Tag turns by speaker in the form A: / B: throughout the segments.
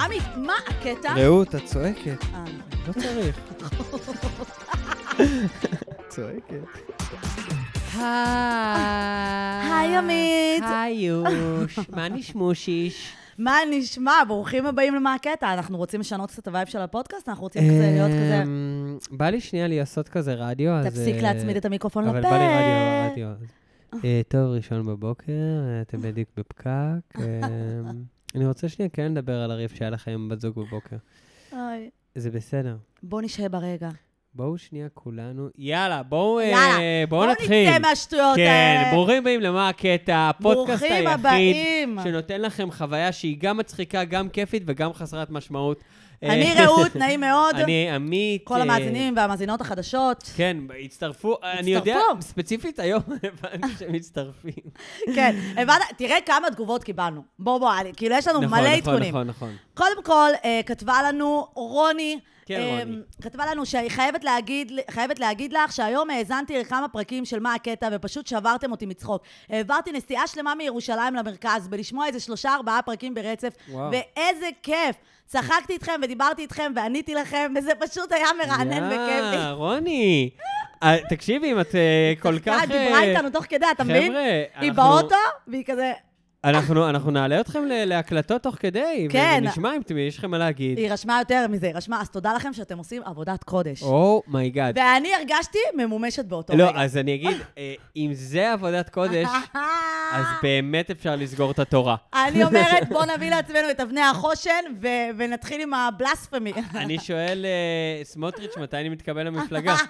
A: עמי, מה הקטע?
B: רעות, את צועקת.
A: אה, נכון.
B: לא צריך. צועקת.
A: היי,
C: היי,
A: עמית.
C: היוש, מה נשמושיש?
A: מה נשמע? ברוכים הבאים למה הקטע. אנחנו רוצים לשנות קצת את הווייב של הפודקאסט, אנחנו רוצים כזה
C: אה,
A: להיות כזה...
C: אמ, בא לי שנייה לעשות כזה רדיו, אז...
A: תפסיק
C: אה,
A: להצמיד את המיקרופון לפה.
C: אבל בא לי רדיו, רדיו. אז, אה, טוב, ראשון בבוקר, אה, אתם בדיוק בפקק. אמ, אני רוצה שנייה כן לדבר על הריב שהיה לכם עם בת זוג בבוקר.
A: אוי.
C: זה בסדר.
A: בוא נשהה ברגע.
C: בואו שנייה כולנו, יאללה, בואו אה,
A: יאללה,
C: בואו נתחיל.
A: נצא מהשטויות האלה.
C: כן, ברוכים הבאים למה הקטע, הפודקאסט
A: ברוכים
C: היחיד
A: הבאים.
C: שנותן לכם חוויה שהיא גם מצחיקה, גם כיפית וגם חסרת משמעות.
A: אני
C: אה,
A: רעות, נעים מאוד.
C: אני עמית.
A: כל
C: אה,
A: המאזינים והמאזינות החדשות.
C: כן, הצטרפו, אני יודע,
A: הצטרפו.
C: ספציפית היום הבנתי שהם מצטרפים.
A: כן, הבנת? תראה כמה תגובות קיבלנו. בוא, בוא, אני- כאילו, יש לנו
C: נכון,
A: מלא
C: נכון,
A: עדכונים.
C: נכון, נכון.
A: קודם כל, אה, כתבה לנו רוני.
C: כן,
A: אה,
C: רוני.
A: כתבה לנו שהיא חייבת להגיד, חייבת להגיד לך שהיום האזנתי לכמה פרקים של מה הקטע ופשוט שברתם אותי מצחוק. העברתי נסיעה שלמה מירושלים למרכז בלשמוע איזה שלושה ארבעה פרקים ברצף,
C: וואו.
A: ואיזה כיף. צחקתי איתכם ודיברתי איתכם ועניתי לכם, וזה פשוט היה מרענן וכיף.
C: יא, רוני. אה, תקשיבי, אם את אה, כל כך...
A: היא דיברה
C: אה,
A: איתנו תוך כדי, אתה מבין?
C: חבר'ה,
A: היא
C: אנחנו-
A: באוטו, והיא כזה...
C: אנחנו אנחנו נעלה אתכם ל- להקלטות תוך כדי,
A: כן.
C: ונשמע אם אתם- יש לכם מה להגיד.
A: היא רשמה יותר מזה, היא רשמה, אז תודה לכם שאתם עושים עבודת קודש.
C: אומייגאד.
A: ואני הרגשתי ממומשת באותו רגע.
C: לא, אז אני אגיד, אה, אם זה עבודת קודש, אז באמת אפשר לסגור את התורה.
A: אני אומרת, בוא נביא לעצמנו את אבני החושן ו- ונתחיל עם הבלספמי.
C: אני שואל, אה, סמוטריץ', מתי אני מתקבל למפלגה?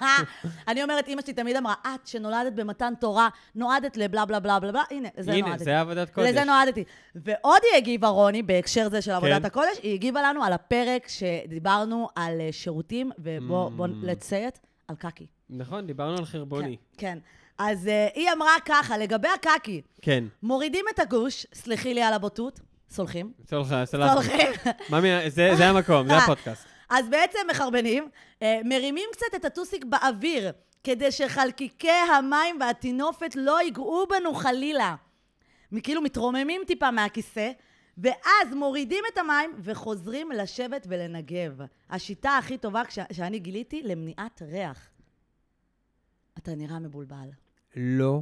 A: אני אומרת, אימא שלי תמיד אמרה, את שנולדת במתן תורה, נועדת לבלה בלה בלה בלה בלה, הנה, לזה
C: הנה,
A: נועדתי.
C: זה עבודת קודש.
A: לזה נועדתי. ועוד היא הגיבה, רוני, בהקשר זה של עבודת
C: כן.
A: הקודש, היא הגיבה לנו על הפרק שדיברנו על אה, שירותים, ובואו
C: Mm.
A: לציית על קקי.
C: נכון, דיברנו על חרבוני.
A: כן, כן. אז אה, היא אמרה ככה, לגבי הקקי,
C: כן.
A: מורידים את הגוש, סלחי לי על הבוטות, סולחים.
C: סולחה, סלחתי.
A: סולחים.
C: ממי, זה זה המקום,
A: אה.
C: זה הפודקאסט.
A: אז בעצם מחרבנים, אה, מרימים קצת את הטוסיק באוויר, כדי שחלקיקי המים והטינופת לא ייגעו בנו חלילה. מ- כאילו מתרוממים טיפה מהכיסא, ואז מורידים את המים וחוזרים לשבת ולנגב. השיטה הכי טובה כש- שאני גיליתי למניעת ריח. אתה נראה מבולבל.
C: לא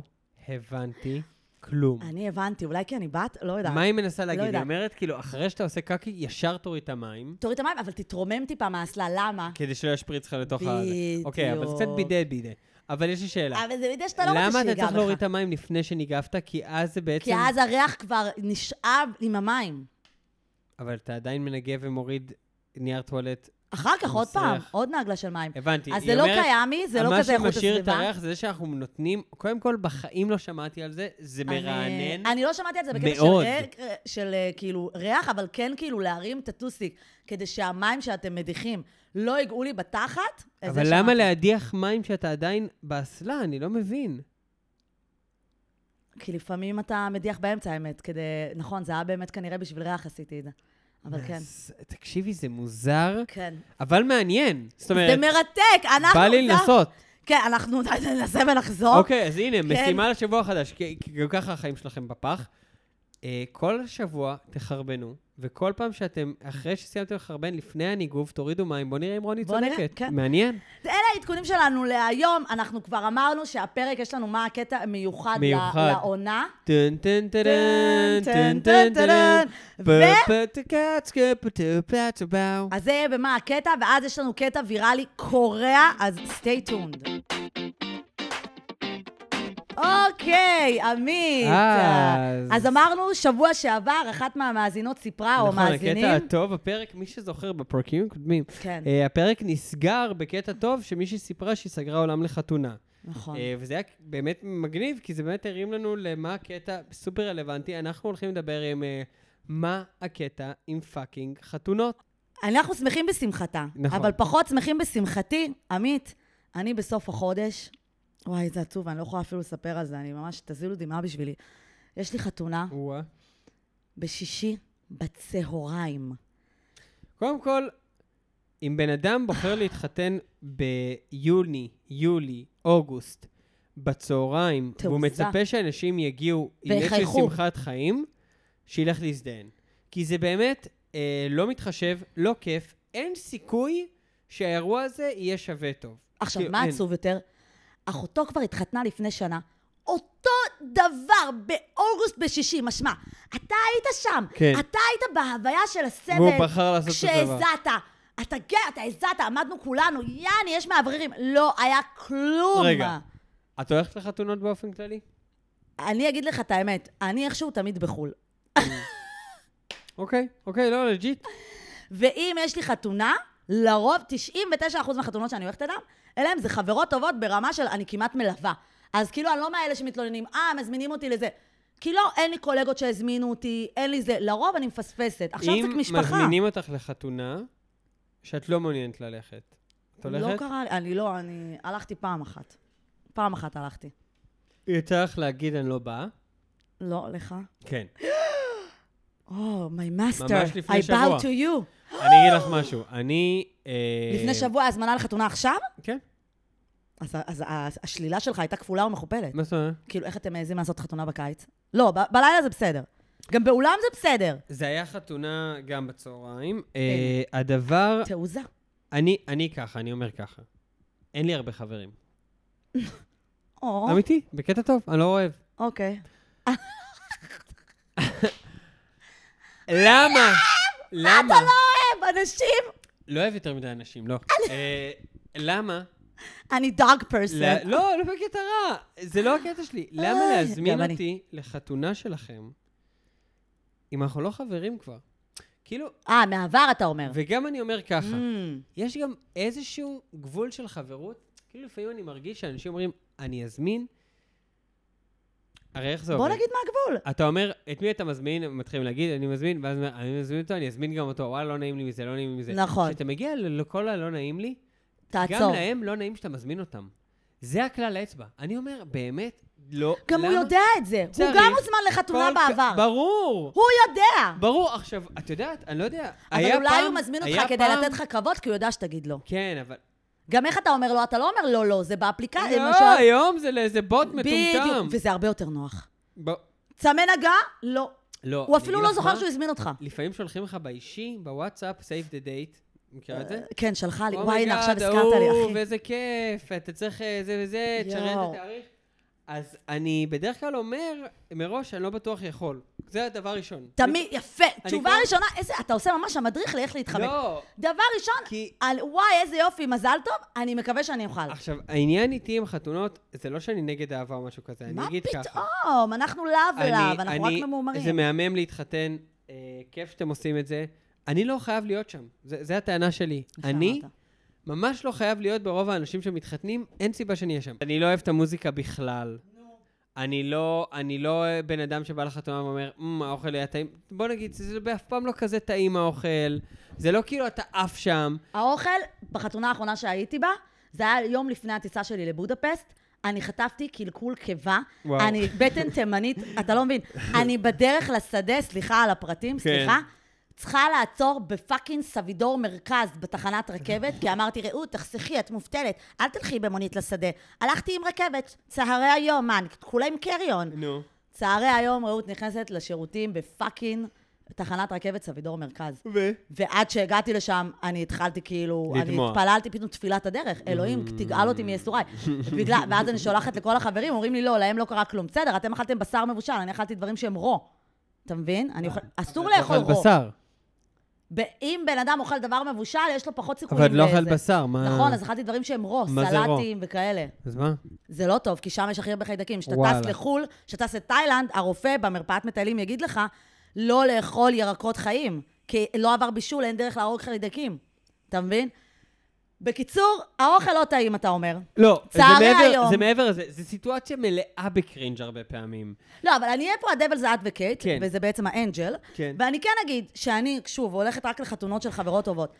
C: הבנתי כלום.
A: אני הבנתי, אולי כי אני בת? לא יודעת.
C: מה היא מנסה להגיד? היא
A: יודעת.
C: אומרת, כאילו, אחרי שאתה עושה קקי, ישר תוריד את המים,
A: תוריד את המים, אבל תתרומם טיפה מהאסלה, למה?
C: כדי שלא ישפריץ לך לתוך ה... אוקיי, אבל זה קצת
A: בדיוק.
C: בידי בידי. אבל יש לי שאלה.
A: אבל זה מדי שאתה לא רוצה
C: למה
A: שיגע בך.
C: אתה צריך להוריד את המים לפני שניגבת? כי אז זה בעצם...
A: כי אז הריח כבר נשאב עם המים.
C: אבל אתה עדיין מנגב ומוריד נייר טואלט.
A: אחר כך עוד
C: מסריח.
A: פעם, עוד נגלה של מים.
C: הבנתי.
A: אז
C: אה, היא
A: זה לא
C: אומרת,
A: קיימי, זה לא כזה
C: מה
A: איכות
C: שמשאיר את
A: הסביבה.
C: הריח זה שאנחנו נותנים, קודם כל, בחיים לא שמעתי על זה, זה
A: אני-
C: מרענן.
A: אה, אני לא שמעתי על זה בקטע של
C: מאוד.
A: ריח- של אה, כאילו ריח, אבל כן כאילו להרים את הטוסיק, כדי שהמים שאתם מדיחים לא ייגעו לי בתחת. אז זה
C: אבל למה
A: שמעתי.
C: להדיח מים שאתה עדיין באסלה? אני לא מבין.
A: כי לפעמים אתה מדיח באמצע, האמת, כדי... נכון, זה היה באמת כנראה בשביל ריח עשיתי את זה. אבל כן.
C: אז תקשיבי, זה מוזר,
A: כן.
C: אבל מעניין. זאת
A: זה
C: אומרת,
A: מרתק, אנחנו...
C: בא לי
A: זה-
C: לנסות.
A: כן, אנחנו ננסה ונחזור.
C: אוקיי, אז
A: כן.
C: הנה, משימה לשבוע החדש, כי כי גם ככה החיים שלכם בפח. אה, כל שבוע תחרבנו, וכל פעם שאתם, אחרי שסיימתם לחרבן, לפני הניגוב, תורידו מים, בואו נראה אם רוני
A: בוא נראה,
C: צודקת.
A: כן.
C: מעניין.
A: אלה העדכונים שלנו להיום. אנחנו כבר אמרנו שהפרק, יש לנו מה הקטע המיוחד
C: מיוחד.
A: ל- לעונה.
C: טן טן טן
A: טן,
C: טן
A: טן,
C: טן
A: טן.
C: טן
A: ו-
C: ו...
A: אז זה יהיה במה הקטע, ואז יש לנו קטע ויראלי קורע, אז stay tuned. אוקיי, עמית.
C: אז-
A: אז אמרנו, שבוע שעבר, אחת מהמאזינות סיפרה, או
C: נכון, הקטע
A: מאזינים.
C: הטוב, הפרק, מי שזוכר, בפרקים הקודמים,
A: כן,
C: אה, הפרק נסגר בקטע טוב שמישהי סיפרה שהיא סגרה עולם לחתונה.
A: נכון.
C: אה, וזה היה באמת מגניב, כי זה באמת הרים לנו למה הקטע סופר רלוונטי. אנחנו הולכים לדבר עם אה, מה הקטע עם פאקינג חתונות.
A: אנחנו שמחים בשמחתה. נכון.
C: נכון.
A: אבל פחות שמחים בשמחתי. עמית, אני בסוף החודש, וואי, זה עצוב, אני לא יכולה אפילו לספר על זה, אני ממש, תזילו דמעה בשבילי. יש לי חתונה
C: וואה.
A: בשישי בצהריים.
C: קודם כל, אם בן אדם בוחר להתחתן ביוני, יולי, אוגוסט, בצהריים,
A: תעוזה.
C: והוא מצפה שאנשים יגיעו עם איזושהי
A: ויחייכו.
C: שמחת חיים, שילך להזדהן. כי זה באמת אה, לא מתחשב, לא כיף, אין סיכוי שהאירוע הזה יהיה שווה טוב.
A: עכשיו,
C: כאילו,
A: מה
C: אין.
A: עצוב יותר? אחותו כבר התחתנה לפני שנה. אותו דבר באוגוסט בשישי, משמע, אתה היית שם,
C: כן.
A: אתה היית בהוויה של הסבל,
C: והוא בחר לעשות אותו דבר.
A: כשהזעת, אתה גאה, אתה הזעת, עמדנו כולנו, יאני, יש מאווררים, לא היה כלום.
C: רגע. את הולכת לחתונות באופן כללי?
A: אני אגיד לך את האמת, אני איכשהו תמיד בחו"ל.
C: אוקיי, אוקיי, לא, לג'יט.
A: ואם יש לי חתונה, לרוב 99% מהחתונות שאני הולכת אליהן, אליהן זה חברות טובות ברמה של אני כמעט מלווה. אז כאילו, אני לא מאלה שמתלוננים, אה, מזמינים אותי לזה. כי לא, אין לי קולגות שהזמינו אותי, אין לי זה. לרוב אני מפספסת. עכשיו זה
C: אם
A: משפחה.
C: מזמינים אותך לחתונה, שאת לא מעוניינת ללכת, את
A: לא
C: הולכת?
A: קרה לי, אני לא, אני הלכתי פעם אחת. פעם אחת הלכתי.
C: יצא לך להגיד אני לא באה?
A: לא, לך?
C: כן.
A: או, my master,
C: ממש לפני
A: I
C: שבוע.
A: bow to you.
C: אני אגיד לך משהו, אני... אה,
A: לפני שבוע הזמנה לחתונה עכשיו?
C: כן.
A: אז- אז ה- השלילה שלך הייתה כפולה ומכופלת.
C: מה זאת אומרת?
A: כאילו, איך אתם מעזים לעשות חתונה בקיץ? לא, ב- בלילה זה בסדר. גם באולם זה בסדר.
C: זה היה חתונה גם בצהריים.
A: כן.
C: אה, הדבר,
A: תעוזה.
C: אני אני ככה, אני אומר ככה. אין לי הרבה חברים.
A: או,
C: אמיתי, בקטע טוב, אני לא אוהב.
A: אוקיי.
C: למה? למה?
A: אתה לא אוהב אנשים?
C: לא אוהב יותר מדי אנשים, לא. אה, למה?
A: אני דאג
C: ל-
A: פרסן.
C: לא, לא בקטע רע, זה לא הקטע שלי. למה
A: איי, גם
C: להזמין
A: אני.
C: אותי לחתונה שלכם, אם אנחנו לא חברים כבר? כאילו,
A: אה, מהעבר אתה אומר.
C: וגם אני אומר ככה,
A: אמ,
C: יש גם איזשהו גבול של חברות. כאילו לפעמים אני מרגיש שאנשים אומרים, אני אזמין. הרי איך זה
A: בוא
C: עובד?
A: נגיד מה הגבול.
C: אתה אומר, את מי אתה מזמין? הם מתחילים להגיד, אני מזמין, ואז אומר, אני מזמין אותו, אני אזמין גם אותו, וואלה, לא נעים לי מזה, לא נעים לי מזה.
A: נכון.
C: כשאתה מגיע ל- לכל הלא נעים לי, גם
A: תעצור.
C: להם לא נעים שאתה מזמין אותם. זה הכלל האצבע. אני אומר, באמת, לא.
A: גם הוא
C: למה?
A: יודע את זה. הוא
C: צריך
A: גם הוזמן לחתונה
C: כל כ-
A: בעבר.
C: ברור.
A: הוא יודע.
C: ברור. עכשיו, את יודעת, אני לא יודע.
A: אבל
C: היה
A: אולי
C: פעם-
A: הוא מזמין
C: היה
A: אותך כדי
C: פעם-
A: לתת לך כבוד, כי הוא יודע שתגיד לא.
C: כן, אבל... גם...
A: גם איך אתה אומר לו, אתה לא אומר לא, לא, זה באפליקציה.
C: לא, היום זה לאיזה בוט מטומטם.
A: בדיוק, וזה הרבה יותר נוח.
C: ב-
A: צמא נגע? לא.
C: לא,
A: הוא
C: אני
A: אפילו
C: אגיד
A: לא
C: לך
A: זוכר
C: מה,
A: שהוא הזמין אותך.
C: לפעמים שולחים לך באישי, בוואטסאפ, save the date. מכירה את זה?
A: כן, שלחה לי.
C: Oh my
A: וואי, הנה,
C: God,
A: עכשיו הזכרת לי,
C: ההוא,
A: אחי.
C: ואיזה כיף, אתה צריך אה, זה וזה, תשרת
A: יואו.
C: את התאריך. אז אני בדרך כלל אומר, מראש, אני לא בטוח יכול. זה הדבר הראשון.
A: תמיד, יפה. תשובה
C: כל-
A: ראשונה, איזה, אתה עושה ממש המדריך לאיך להתחבק.
C: לא,
A: דבר ראשון,
C: כי...
A: על וואי, איזה יופי, מזל טוב, אני מקווה שאני אוכל.
C: עכשיו, העניין איתי עם חתונות, זה לא שאני נגד אהבה או משהו כזה, אני
A: מה
C: אגיד ככה.
A: פתאום? אנחנו לאו ולאו, אנחנו רק
C: אני- זה
A: ממורמרים.
C: מהמם להתחתן, אה, כיף שאתם עושים את זה. אני לא חייב להיות שם, זה, זה הטענה שלי.
A: יפה
C: אני
A: אמרת.
C: ממש לא חייב להיות ברוב האנשים שמתחתנים, אין סיבה שאני אהיה שם. אני לא אוהב את המוזיקה בכלל. אני לא, אני לא בן אדם שבא לחתונה ואומר, "מ, האוכל היה טעים. בוא נגיד, זה זה אף פעם לא כזה טעים האוכל. זה לא כאילו אתה עף שם.
A: האוכל, בחתונה האחרונה שהייתי בה, זה היה יום לפני הטיסה שלי לבודפסט. אני חטפתי קלקול קיבה,
C: וואו.
A: אני בטן תימנית, אתה לא מבין. אני בדרך לשדה, סליחה על הפרטים,
C: כן.
A: סליחה. צריכה לעצור בפאקינג סבידור מרכז בתחנת רכבת, כי אמרתי, רעות, תחסכי, את מובטלת, אל תלכי במונית לשדה. הלכתי עם רכבת, צהרי היום, מה, אני כולה עם קריון.
C: נו.
A: צהרי היום, רעות נכנסת לשירותים בפאקינג תחנת רכבת סבידור מרכז.
C: ו?
A: ועד שהגעתי לשם, אני התחלתי כאילו, אני
C: לדמוע. Mm.
A: התפללתי פתאום תפילת הדרך, אלוהים, תגאל אותי מייסוריי. בגלל- ואז אני שולחת לכל החברים, אומרים לי, לא, להם לא קרה כלום. בסדר, אתם אכלתם בשר מבושל, אני אכלתי דברים שהם רו. אתה מבין? אני אוכל- אסור לאכול
C: אוכל
A: רו.
C: בשר.
A: ב- אם בן אדם אוכל דבר מבושל, יש לו פחות סיכויים.
C: אבל את לא
A: לזה.
C: אכלת בשר, מה...
A: נכון, אז אכלתי דברים שהם רו,
C: מה זה רו?
A: סלטים וכאלה.
C: אז מה?
A: זה לא טוב, כי שם יש הכי הרבה חיידקים. כשאתה
C: וואלה.
A: טס לחו"ל, כשאתה טס לתאילנד, הרופא במרפאת מטיילים יגיד לך לא לאכול ירקות חיים, כי לא עבר בישול, אין דרך להרוג חיידקים. אתה מבין? בקיצור, האוכל לא טעים, אתה אומר.
C: לא, זה
A: צערי
C: מעבר,
A: היום.
C: זה מעבר לזה, זו סיטואציה מלאה בקרינג' הרבה פעמים.
A: לא, אבל אני אהיה פה הדבל זה את וקייט,
C: כן.
A: וזה בעצם האנג'ל.
C: כן.
A: ואני כן אגיד שאני, שוב, הולכת רק לחתונות של חברות טובות.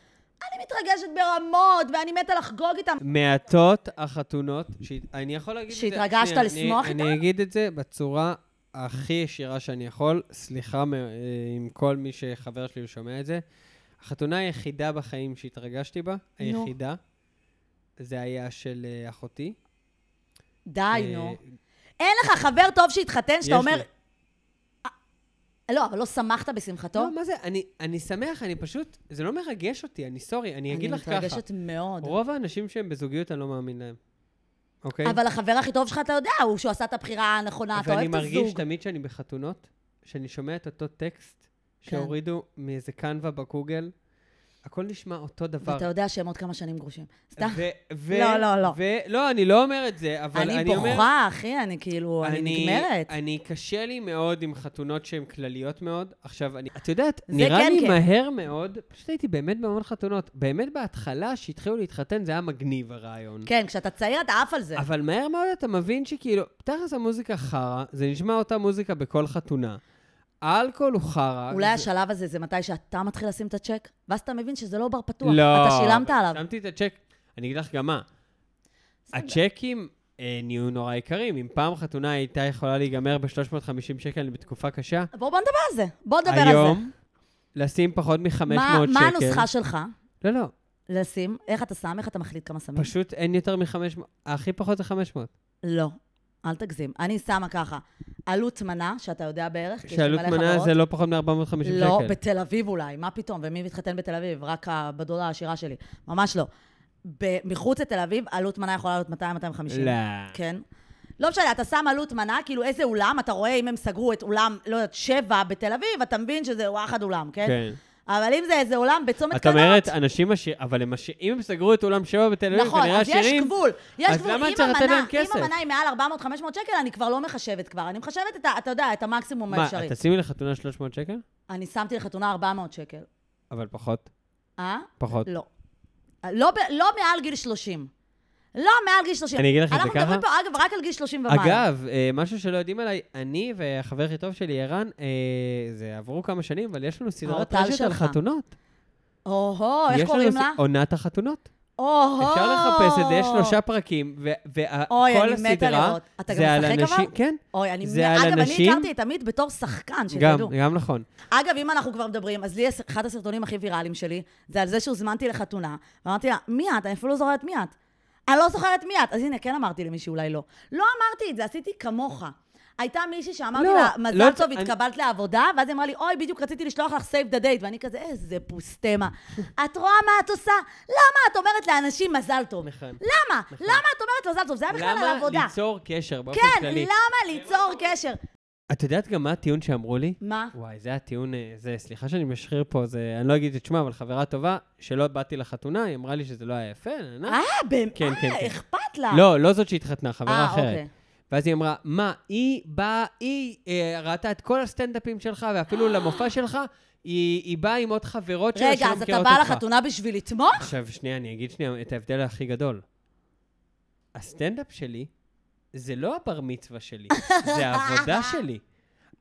A: אני מתרגשת ברמות, ואני מתה לחגוג איתם.
C: מעטות החתונות, שהת- אני יכול להגיד את זה...
A: שהתרגשת
C: שנייה, אני-
A: לשמוח איתן?
C: אני אגיד את זה בצורה הכי ישירה שאני יכול. סליחה מ- אה, עם כל מי שחבר שלי שומע את זה. החתונה היחידה בחיים שהתרגשתי בה, היחידה, זה היה של אה, אחותי.
A: די, נו.
C: אה,
A: אין לך חבר טוב שהתחתן, שאתה
C: יש
A: אומר...
C: לי.
A: לא, אבל לא שמחת בשמחתו?
C: לא, מה זה? אני, אני שמח, אני פשוט... זה לא מרגש אותי, אני סורי, אני אגיד לך ככה.
A: אני מתרגשת מאוד.
C: רוב האנשים שהם בזוגיות, אני לא מאמין להם. אוקיי?
A: אבל החבר הכי טוב שלך, אתה יודע, הוא שהוא עשה את הבחירה הנכונה, אה, אתה
C: ואני
A: אוהב את
C: מרגיש
A: הזוג.
C: תמיד שאני בחתונות, שאני שומע את אותו טקסט
A: כן.
C: שהורידו מאיזה קנווה בגוגל, הכל נשמע אותו דבר.
A: ואתה יודע שהם עוד כמה שנים גרושים. סתם.
C: ו- ו-
A: לא, לא, לא.
C: ו- לא, אני לא אומר את זה, אבל אני,
A: אני
C: אומר...
A: בוכה, אחי, אני כאילו, אני נגמרת.
C: אני קשה לי מאוד עם חתונות שהן כלליות מאוד. עכשיו, אני, את יודעת,
A: זה
C: נראה
A: כן,
C: לי
A: כן.
C: מהר מאוד, פשוט הייתי באמת בהמון חתונות. באמת בהתחלה, שהתחילו להתחתן, זה היה מגניב הרעיון.
A: כן, כשאתה צעיר אתה עף על זה.
C: אבל מהר מאוד אתה מבין שכאילו, תכלס המוזיקה חרא, זה נשמע אותה מוזיקה בכל חתונה. האלכוהול הוא חרא.
A: אולי
C: זה...
A: השלב הזה זה מתי שאתה מתחיל לשים את הצ'ק, ואז אתה מבין שזה לא בר פתוח.
C: לא,
A: אתה שילמת
C: אבל
A: עליו.
C: שמתי את הצ'ק. אני אגיד לך גם מה,
A: בסדר.
C: הצ'קים אה, נהיו נורא יקרים. אם פעם חתונה הייתה יכולה להיגמר ב-350 שקל בתקופה קשה,
A: בוא, בוא נדבר על זה. בוא נדבר לא על זה.
C: היום, לשים פחות מ-500 שקל.
A: מה, מה הנוסחה שלך?
C: לא, לא,
A: לשים, איך אתה שם, איך אתה מחליט כמה שמים?
C: פשוט אין יותר מ-500, הכי פחות זה 500.
A: לא, אל תגזים. אני שמה ככה, עלות מנה, שאתה יודע בערך, כי יש לי
C: שעלות
A: מלא
C: מנה
A: חברות.
C: זה לא פחות מ-450 שקל.
A: לא, בתל אביב אולי, מה פתאום? ומי מתחתן בתל אביב? רק הבדודה העשירה שלי. ממש לא. ב- מחוץ לתל אביב, עלות מנה יכולה להיות 200-250.
C: לא.
A: כן. לא משנה, אתה שם עלות מנה, כאילו איזה אולם, אתה רואה אם הם סגרו את אולם, לא יודעת, שבע בתל אביב, אתה מבין שזה וואחד אולם, כן?
C: כן.
A: אבל אם זה איזה אולם בצומת
C: את
A: קלות...
C: אומרת, אנשים עשירים, אבל הם עשיר- אם הם סגרו את אולם שבע בתל אביב,
A: נכון,
C: כנראה
A: אז
C: עשירים...
A: יש גבול. יש
C: אז
A: גבול.
C: למה
A: אם
C: את צריכה לתת
A: המנה-
C: להם כסף?
A: אם המנה היא מעל 400-500 שקל, אני כבר לא מחשבת כבר. אני מחשבת את ה... אתה יודע, את המקסימום
C: מה,
A: האפשרי.
C: את תשימי לחתונה 300 שקל?
A: אני שמתי לחתונה 400 שקל.
C: אבל פחות,
A: אה?
C: פחות.
A: לא. לא ב- לא מעל גיל 30. לא מעל גיל 30.
C: אני אגיד לך את זה
A: אנחנו מדברים
C: ככה.
A: פה, אגב, רק על גיל 30 ומעלה.
C: אגב, אה, משהו שלא יודעים עליי, אני והחבר הכי טוב שלי, ערן, אה, זה עברו כמה שנים, אבל יש לנו סדרת
A: האורטל
C: רשת על
A: שלך.
C: חתונות.
A: או-הו,
C: יש
A: איך
C: לנו
A: קוראים
C: ס-
A: לה?
C: עונת החתונות.
A: או-הו.
C: אפשר לחפש את זה, יש שלושה פרקים,
A: אוי,
C: וכל
A: אני מתה
C: הסדרה,
A: לראות. אתה גם
C: זה על
A: משחק אבל?
C: אנשים... כן,
A: אוי, אני...
C: זה
A: מ-
C: על
A: אגב, אני
C: אנשים-
A: הכרתי את עמית בתור שחקן,
C: גם,
A: שתדעו.
C: גם נכון.
A: אגב, אם אנחנו כבר מדברים, אז לי יש- אחד הסרטונים הכי ויראליים שלי, זה על זה שהוזמנתי לחתונה, ואמרתי לה, מי את? אני אפילו לא זוכרת מי את. אני לא זוכרת מי את. אז הנה, כן אמרתי למישהי, אולי לא. לא אמרתי את זה, עשיתי כמוך. הייתה מישהי שאמרתי
C: לא,
A: לה,
C: לא
A: מזל
C: צ-
A: טוב,
C: אני-
A: התקבלת לעבודה, ואז היא אמרה לי, אוי, בדיוק רציתי לשלוח לך סייב דה דייט, ואני כזה, איזה פוסטמה. את רואה מה את עושה? למה את אומרת לאנשים מזל טוב?
C: נכון.
A: למה? למה את אומרת מזל טוב? זה היה בכלל על עבודה.
C: למה ליצור קשר באופן
A: כן,
C: כללי?
A: למה ליצור קשר?
C: את יודעת גם מה הטיעון שאמרו לי?
A: מה?
C: וואי, זה הטיעון, אה, זה, סליחה שאני משחרר פה, זה, אני לא אגיד את שמה, אבל חברה טובה, שלא באתי לחתונה, היא אמרה לי שזה לא היה יפה, נה, נה.
A: אה, באמת?
C: כן, כן,
A: אה,
C: כן.
A: אכפת לה.
C: לא, לא זאת שהתחתנה, חברה
A: אה,
C: אחרת.
A: אוקיי.
C: ואז היא אמרה, מה, היא באה, היא אה, ראתה את כל הסטנדאפים שלך, ואפילו למופע שלך, היא היא באה עם עוד חברות שלה
A: אה. רגע,
C: שלא
A: אז אתה
C: מכירות
A: בא
C: אותך.
A: לחתונה בשביל לתמוך?
C: עכשיו, שנייה, אני אגיד שנייה את ההבדל הכי גדול. הסטנדאפ שלי, זה לא הבר מצווה שלי, זה העבודה שלי.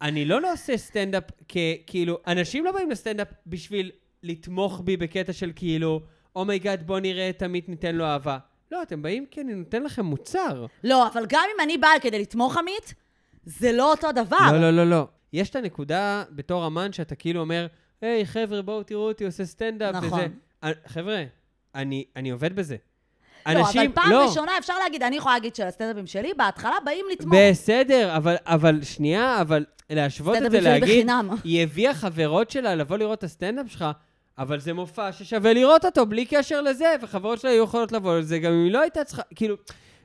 C: אני לא לא עושה סטנדאפ כ... כאילו, אנשים לא באים לסטנדאפ בשביל לתמוך בי בקטע של כאילו, אומייגאד, בוא נראה את עמית, ניתן לו אהבה. לא, אתם באים כי אני נותן לכם מוצר.
A: לא, אבל גם אם אני באה כדי לתמוך, עמית, זה לא אותו דבר.
C: לא, לא, לא, לא. יש את הנקודה בתור אמן שאתה כאילו אומר, היי, חבר'ה, בואו תראו אותי עושה סטנדאפ
A: נכון.
C: וזה. אה, חבר'ה, אני, אני עובד בזה.
A: לא, אבל פעם ראשונה אפשר להגיד, אני יכולה להגיד שלסטנדאפים שלי, בהתחלה באים לתמוך.
C: בסדר, אבל, אבל שנייה, אבל להשוות את זה,
A: סטנדאפים שלי
C: להגיד,
A: בחינם.
C: היא הביאה חברות שלה לבוא לראות את הסטנדאפ שלך, אבל זה מופע ששווה לראות אותו בלי קשר לזה, וחברות שלה היו יכולות לבוא לזה, גם אם היא לא הייתה צריכה, כאילו,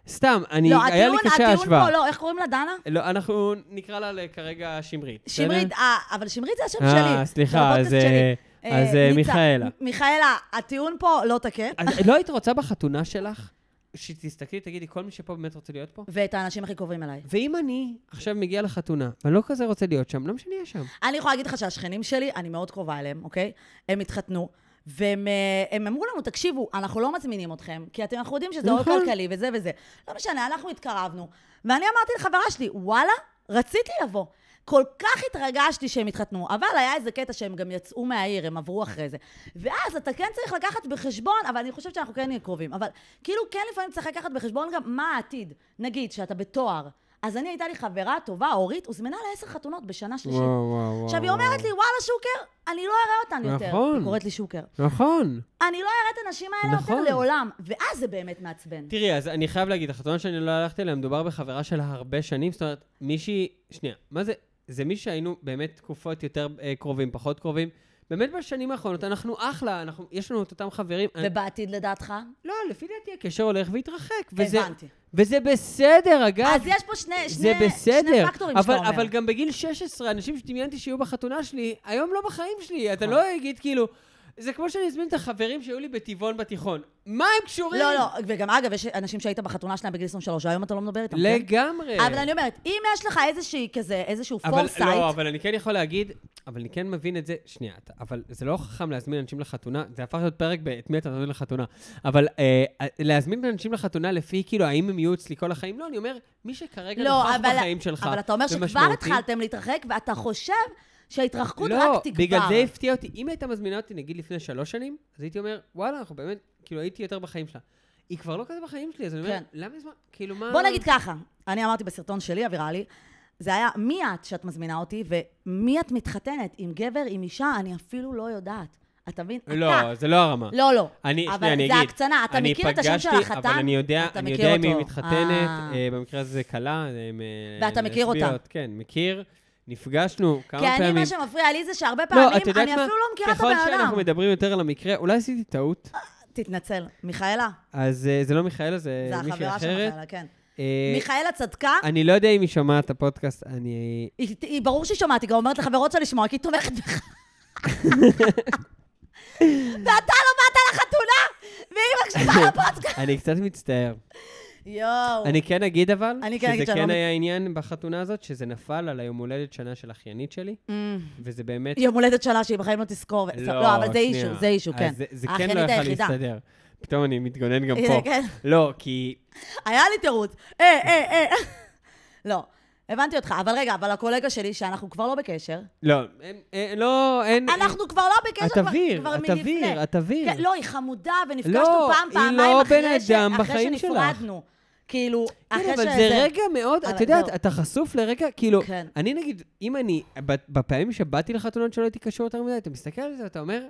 C: סתם, אני,
A: לא,
C: היה לי
A: הטיעון,
C: קשה
A: הטיעון
C: ההשוואה.
A: פה, לא, איך קוראים לה, דנה?
C: לא, אנחנו נקרא לה ל- כרגע שמרית. בסדר?
A: שמרית, אה, אבל שמרית זה השם
C: אה,
A: שלי.
C: סליחה,
A: זה הפודקאסט
C: אז,
A: שלי.
C: אה, אז, אה,
A: ניצה,
C: מיכאלה.
A: מ- מיכאלה, הטיעון פה לא תקף.
C: אז לא היית רוצה בחתונה שלך, שתסתכלי, תגידי, כל מי שפה באמת רוצה להיות פה?
A: ואת האנשים הכי קרובים אליי.
C: ואם אני עכשיו מגיע לחתונה, ואני לא כזה רוצה להיות שם, למה שאני אהיה שם?
A: אני יכולה להגיד לך שהשכנים שלי, אני מאוד קרובה אליהם, אוקיי? הם התחתנו. והם אה, הם אמרו לנו, תקשיבו, אנחנו לא מזמינים אתכם, כי אתם, אנחנו יודעים שזה עול
C: נכון.
A: כלכלי וזה וזה. לא משנה, אנחנו התקרבנו. ואני אמרתי לחברה שלי, וואלה, רציתי לבוא. כל כך התרגשתי שהם התחתנו, אבל היה איזה קטע שהם גם יצאו מהעיר, הם עברו אחרי זה. ואז אתה כן צריך לקחת בחשבון, אבל אני חושבת שאנחנו כן נהיה קרובים, אבל כאילו כן לפעמים צריך לקחת בחשבון גם מה העתיד. נגיד, שאתה בתואר. אז אני הייתה לי חברה טובה, אורית, הוזמנה לעשר חתונות בשנה שלישית.
C: וואו, וואו.
A: עכשיו, היא אומרת לי, וואלה, שוקר, אני לא אראה אותן יותר.
C: נכון.
A: היא קוראת לי שוקר.
C: נכון.
A: אני לא אראה את הנשים האלה יותר
C: נכון. אה,
A: לעולם. ואז זה באמת מעצבן.
C: תראי, אז אני חייב להגיד, החתונה שאני לא הלכתי אליה, מדובר בחברה שלה הרבה שנים, זאת אומרת, מישהי... שנייה, מה זה? זה מי שהיינו באמת תקופות יותר אה, קרובים, פחות קרובים. באמת בשנים האחרונות אנחנו אחלה, אנחנו, יש לנו את אותם חברים. אני,
A: ובעתיד לדעתך?
C: לא, לפי דעתי הקשר הולך והתרחק. וזה,
A: הבנתי.
C: וזה בסדר, אגב.
A: אז יש פה שני,
C: זה
A: שני, שני
C: בסדר,
A: פקטורים
C: אבל,
A: שאתה אומר.
C: אבל גם בגיל 16, אנשים שדמיינתי שיהיו בחתונה שלי, היום לא בחיים שלי. אתה
A: נכון.
C: לא אגיד כאילו... זה כמו שאני אזמין את החברים שהיו לי בטבעון בתיכון. מה הם קשורים?
A: לא, לא, וגם אגב, יש אנשים שהיית בחתונה שלהם בגיל 23, היום אתה לא מדבר איתם, כן?
C: לגמרי.
A: אבל אני אומרת, אם יש לך איזושהי כזה, איזשהו
C: אבל,
A: פורסייט,
C: לא, אבל אני כן יכול להגיד, אבל אני כן מבין את זה, שנייה, אתה- אבל זה לא חכם להזמין אנשים לחתונה, זה הפך להיות פרק ב- את מי אתה מזמין לחתונה, אבל אה, להזמין אנשים לחתונה לפי, כאילו, האם הם יהיו אצלי כל החיים? לא, אני אומר, מי שכרגע נוכח בחיים שלך,
A: לא, אבל אתה אומר שכבר
C: ומשמעותי-
A: התחלתם להתרחק, ואתה חושב שההתרחקות
C: לא,
A: רק תגבר.
C: בגלל זה הפתיע אותי. אם הייתה מזמינה אותי, נגיד, לפני שלוש שנים, אז הייתי אומר, וואלה, אנחנו באמת, כאילו, הייתי יותר בחיים שלה. היא כבר לא כזה בחיים שלי, אז אני אומר,
A: כן.
C: למה זמן, כאילו, מה...
A: בוא נגיד ככה, אני אמרתי בסרטון שלי, הוויראלי, זה היה מי את שאת מזמינה אותי, ומי את מתחתנת, עם גבר, עם אישה, אני אפילו לא יודעת. אתה מבין? אתה.
C: לא, זה לא הרמה.
A: לא, לא.
C: אני,
A: אבל
C: שנייה, אני אגיד.
A: זה הקצנה. אתה
C: אני
A: מכיר את השם של
C: פגשתי,
A: החתן?
C: אבל אני יודע,
A: אתה
C: אני
A: מכיר
C: יודע עם מי היא
A: אותו.
C: מתחתנת,
A: אה.
C: אה, במקרה הזה זה כלה, הם אה,
A: ואתה מכיר
C: לסביות,
A: אותה.
C: כן, מכיר. נפגשנו כמה
A: כי אני,
C: פעמים. לא,
A: מה שמפריע לי זה שהרבה פעמים,
C: את יודעת
A: אני
C: מה?
A: אפילו לא מכירה את הבן
C: ככל
A: אדם.
C: שאנחנו מדברים יותר על המקרה, אולי עשיתי טעות,
A: תתנצל. מיכאלה,
C: אז אה, זה לא מיכאלה, זה
A: זה
C: מישהי
A: החברה של
C: אחרת.
A: מיכאלה, כן.
C: אה,
A: מיכאלה צדקה,
C: אני לא יודע אם היא שומעת את הפודקאסט, אני...
A: היא- היא ברור שהיא שומעת, היא גם אומרת לחברות שלה לשמוע, כי היא תומכת בך. ואתה לא באת לחתונה, והיא מקשיבה לפודקאסט.
C: אני קצת מצטער.
A: יואו.
C: אני כן אגיד אבל,
A: אני כן אגיד
C: שזה
A: שאני
C: כן
A: לא-
C: היה עניין בחתונה הזאת, שזה נפל על היום הולדת שנה של אחיינית שלי,
A: אמ,
C: וזה באמת
A: יום הולדת שלה שהיא בחיים לא תזכור. ו- לא, אבל זה
C: שנייה.
A: אישו, זה אישו,
C: אז
A: כן.
C: זה- זה כן לא
A: האחיינית
C: יכול
A: היחידה.
C: להסתדר. פתאום אני מתגונן גם
A: הנה,
C: פה.
A: כן.
C: לא, כי...
A: היה לי תירוץ. אה, אה, אה. לא, הבנתי אותך. אבל רגע, אבל הקולגה שלי, שאנחנו כבר לא בקשר,
C: לא, אין- אין- לא, אין... אה,
A: אנחנו כבר לא בקשר,
C: את
A: כבר-
C: אוויר,
A: כבר
C: את
A: מלפני.
C: אוויר, את אוויר.
A: כן, לא, היא חמודה, ונפגשנו
C: לא,
A: פעם,
C: היא
A: פעמיים
C: לא
A: אחרי
C: בן
A: ש-
C: אדם
A: אחרי
C: בחיים שלך.
A: שנפרדנו. כאילו,
C: כן,
A: אחרי
C: אבל
A: שזה-
C: זה רגע מאוד,
A: אבל
C: את יודעת,
A: זהו.
C: אתה חשוף לרגע, כאילו,
A: כן.
C: אני נגיד, אם אני, ב- בפעמים שבאתי לחתונות שלא הייתי קשור יותר מדי, אתה מסתכל על זה, אתה אומר,